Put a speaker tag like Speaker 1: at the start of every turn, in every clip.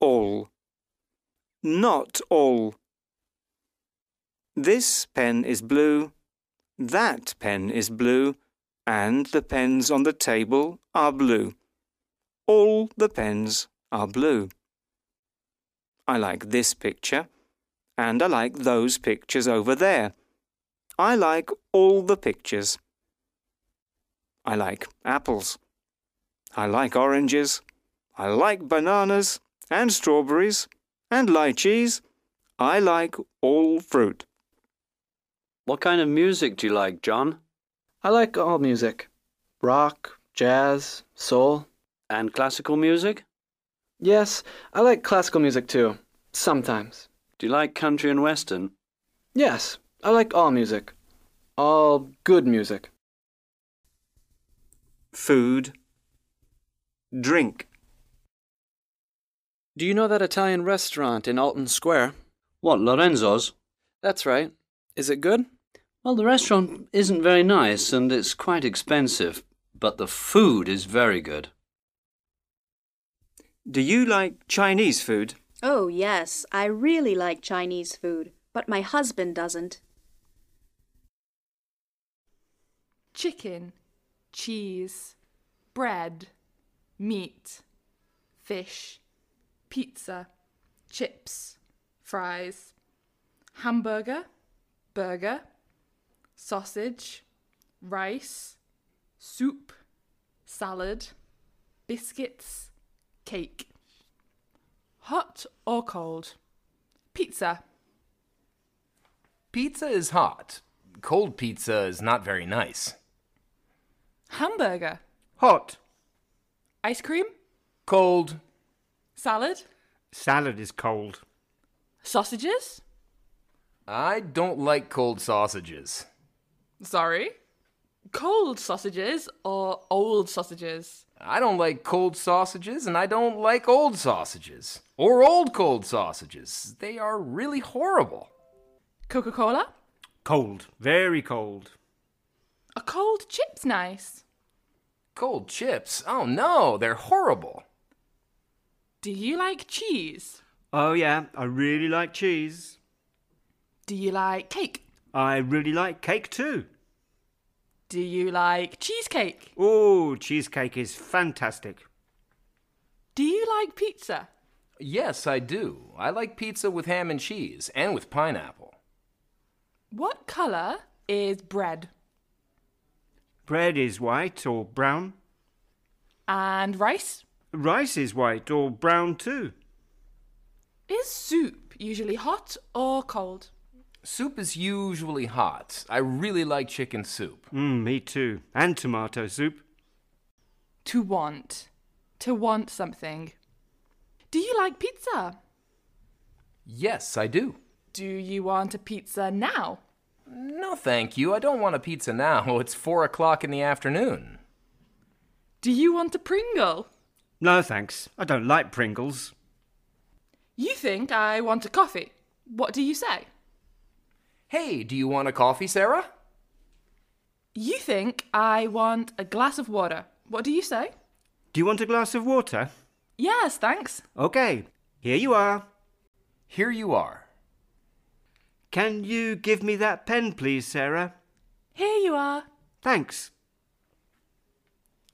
Speaker 1: all, not all. This pen is blue, that pen is blue, and the pens on the table are blue. All the pens are blue. I like this picture, and I like those pictures over there. I like all the pictures. I like apples. I like oranges. I like bananas and strawberries and lychees. I like all fruit.
Speaker 2: What kind of music do you like, John?
Speaker 3: I like all music rock, jazz, soul.
Speaker 2: And classical music?
Speaker 3: Yes, I like classical music too, sometimes.
Speaker 2: Do you like country and western?
Speaker 3: Yes, I like all music. All good music.
Speaker 1: Food. Drink.
Speaker 4: Do you know that Italian restaurant in Alton Square?
Speaker 2: What, Lorenzo's?
Speaker 4: That's right. Is it good?
Speaker 2: Well, the restaurant isn't very nice and it's quite expensive, but the food is very good.
Speaker 1: Do you like Chinese food?
Speaker 5: Oh, yes, I really like Chinese food, but my husband doesn't.
Speaker 6: chicken, cheese, bread, meat, fish, pizza, chips, fries, hamburger, burger, sausage, rice, soup, salad, biscuits, cake. Hot or cold? Pizza.
Speaker 7: Pizza is hot. Cold pizza is not very nice.
Speaker 6: Hamburger.
Speaker 8: Hot.
Speaker 6: Ice cream?
Speaker 7: Cold.
Speaker 6: Salad?
Speaker 8: Salad is cold.
Speaker 6: Sausages?
Speaker 7: I don't like cold sausages.
Speaker 6: Sorry. Cold sausages or old sausages?
Speaker 7: I don't like cold sausages, and I don't like old sausages. Or old cold sausages. They are really horrible.
Speaker 6: Coca Cola?
Speaker 8: Cold. Very cold.
Speaker 6: A cold chip's nice.
Speaker 7: Cold chips? Oh no, they're horrible.
Speaker 6: Do you like cheese?
Speaker 8: Oh, yeah, I really like cheese.
Speaker 6: Do you like cake?
Speaker 8: I really like cake too.
Speaker 6: Do you like cheesecake?
Speaker 8: Oh, cheesecake is fantastic.
Speaker 6: Do you like pizza?
Speaker 7: Yes, I do. I like pizza with ham and cheese and with pineapple.
Speaker 6: What colour is bread?
Speaker 8: Bread is white or brown.
Speaker 6: And rice?
Speaker 8: Rice is white or brown too.
Speaker 6: Is soup usually hot or cold?
Speaker 7: Soup is usually hot. I really like chicken soup.
Speaker 8: Mm, me too. And tomato soup.
Speaker 6: To want. To want something. Do you like pizza?
Speaker 7: Yes, I do.
Speaker 6: Do you want a pizza now?
Speaker 7: No, thank you. I don't want a pizza now. It's four o'clock in the afternoon.
Speaker 6: Do you want a Pringle?
Speaker 8: No, thanks. I don't like Pringles.
Speaker 6: You think I want a coffee. What do you say?
Speaker 7: Hey, do you want a coffee, Sarah?
Speaker 6: You think I want a glass of water. What do you say?
Speaker 8: Do you want a glass of water?
Speaker 6: Yes, thanks.
Speaker 8: Okay, here you are.
Speaker 7: Here you are.
Speaker 8: Can you give me that pen, please, Sarah?
Speaker 6: Here you are.
Speaker 8: Thanks.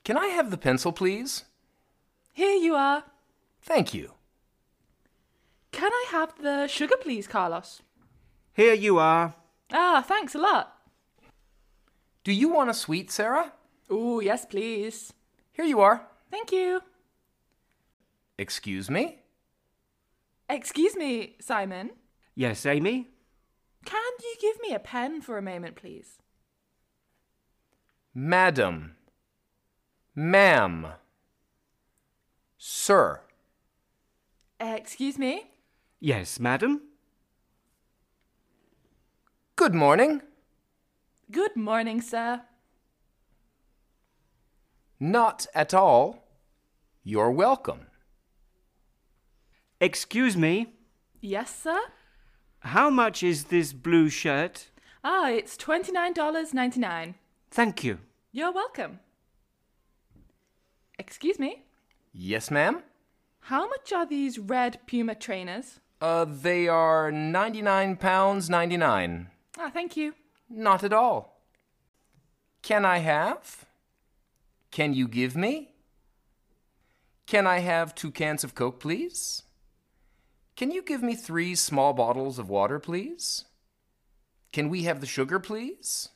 Speaker 7: Can I have the pencil, please?
Speaker 6: Here you are.
Speaker 7: Thank you.
Speaker 6: Can I have the sugar, please, Carlos?
Speaker 8: Here you are.
Speaker 6: Ah, thanks a lot.
Speaker 7: Do you want a sweet, Sarah?
Speaker 6: Oh, yes, please.
Speaker 7: Here you are.
Speaker 6: Thank you.
Speaker 7: Excuse me?
Speaker 6: Excuse me, Simon.
Speaker 8: Yes, Amy?
Speaker 6: Can you give me a pen for a moment, please?
Speaker 7: Madam. Ma'am. Sir.
Speaker 6: Excuse me.
Speaker 8: Yes, madam?
Speaker 7: Good morning.
Speaker 6: Good morning, sir.
Speaker 7: Not at all. You're welcome.
Speaker 8: Excuse me.
Speaker 6: Yes, sir.
Speaker 8: How much is this blue shirt?
Speaker 6: Ah, it's $29.99.
Speaker 8: Thank you.
Speaker 6: You're welcome. Excuse me.
Speaker 7: Yes, ma'am?
Speaker 6: How much are these red puma trainers?
Speaker 7: Uh, they are 99 pounds 99.
Speaker 6: Ah, thank you.
Speaker 7: Not at all. Can I have? Can you give me? Can I have two cans of Coke, please? Can you give me three small bottles of water, please? Can we have the sugar, please?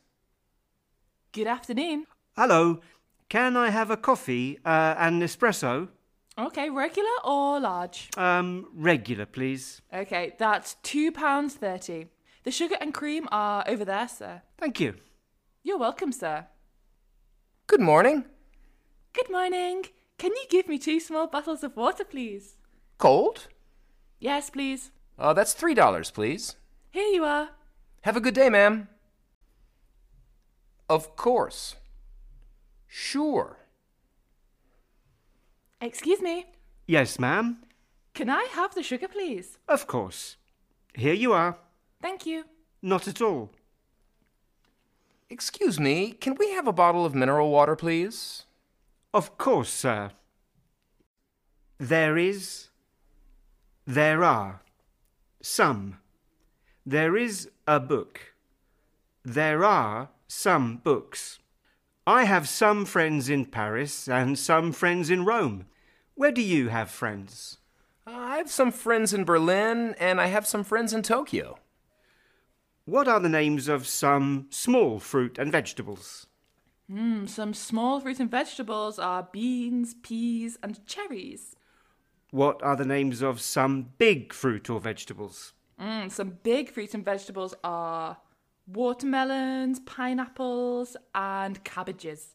Speaker 6: Good afternoon.
Speaker 8: Hello, can I have a coffee uh, and espresso?
Speaker 6: Okay, regular or large?
Speaker 8: Um, regular, please.
Speaker 6: Okay, that's £2.30. The sugar and cream are over there, sir.
Speaker 8: Thank you.
Speaker 6: You're welcome, sir.
Speaker 7: Good morning.
Speaker 6: Good morning. Can you give me two small bottles of water, please?
Speaker 7: Cold?
Speaker 6: Yes, please.
Speaker 7: Uh, that's $3, please.
Speaker 6: Here you are.
Speaker 7: Have a good day, ma'am. Of course. Sure.
Speaker 6: Excuse me.
Speaker 8: Yes, ma'am.
Speaker 6: Can I have the sugar, please?
Speaker 8: Of course. Here you are.
Speaker 6: Thank you.
Speaker 8: Not at all.
Speaker 7: Excuse me, can we have a bottle of mineral water, please?
Speaker 8: Of course, sir. There is. There are. Some. There is a book. There are some books. I have some friends in Paris and some friends in Rome. Where do you have friends?
Speaker 7: Uh, I have some friends in Berlin, and I have some friends in Tokyo.
Speaker 8: What are the names of some small fruit and vegetables?
Speaker 6: Mm, some small fruit and vegetables are beans, peas, and cherries.
Speaker 8: What are the names of some big fruit or vegetables?
Speaker 6: Mm, some big fruit and vegetables are watermelons, pineapples, and cabbages.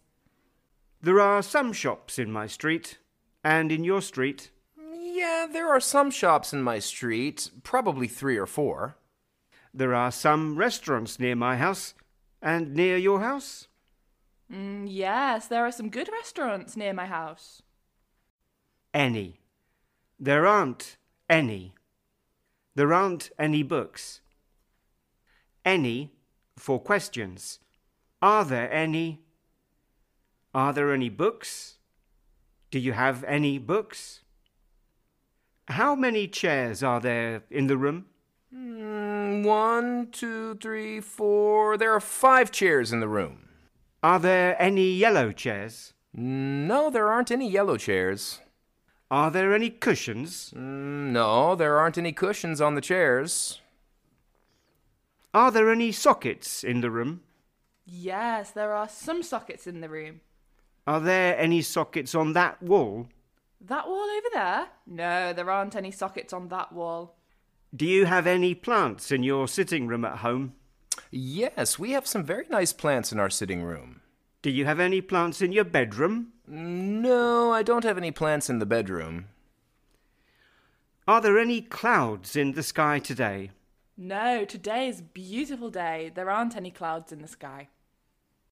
Speaker 8: There are some shops in my street, and in your street.
Speaker 7: Yeah, there are some shops in my street, probably three or four.
Speaker 8: There are some restaurants near my house, and near your house.
Speaker 6: Mm, yes, there are some good restaurants near my house.
Speaker 8: Any. There aren't any. There aren't any books. Any for questions. Are there any? Are there any books? Do you have any books? How many chairs are there in the room?
Speaker 7: Mm, one, two, three, four. There are five chairs in the room.
Speaker 8: Are there any yellow chairs?
Speaker 7: No, there aren't any yellow chairs.
Speaker 8: Are there any cushions?
Speaker 7: Mm, no, there aren't any cushions on the chairs.
Speaker 8: Are there any sockets in the room?
Speaker 6: Yes, there are some sockets in the room.
Speaker 8: Are there any sockets on that wall?
Speaker 6: That wall over there? No, there aren't any sockets on that wall.
Speaker 8: Do you have any plants in your sitting room at home?
Speaker 7: Yes, we have some very nice plants in our sitting room.
Speaker 8: Do you have any plants in your bedroom?
Speaker 7: Hmm, No, I don't have any plants in the bedroom.
Speaker 8: Are there any clouds in the sky today?
Speaker 6: No, today is a beautiful day. There aren't any clouds in the sky.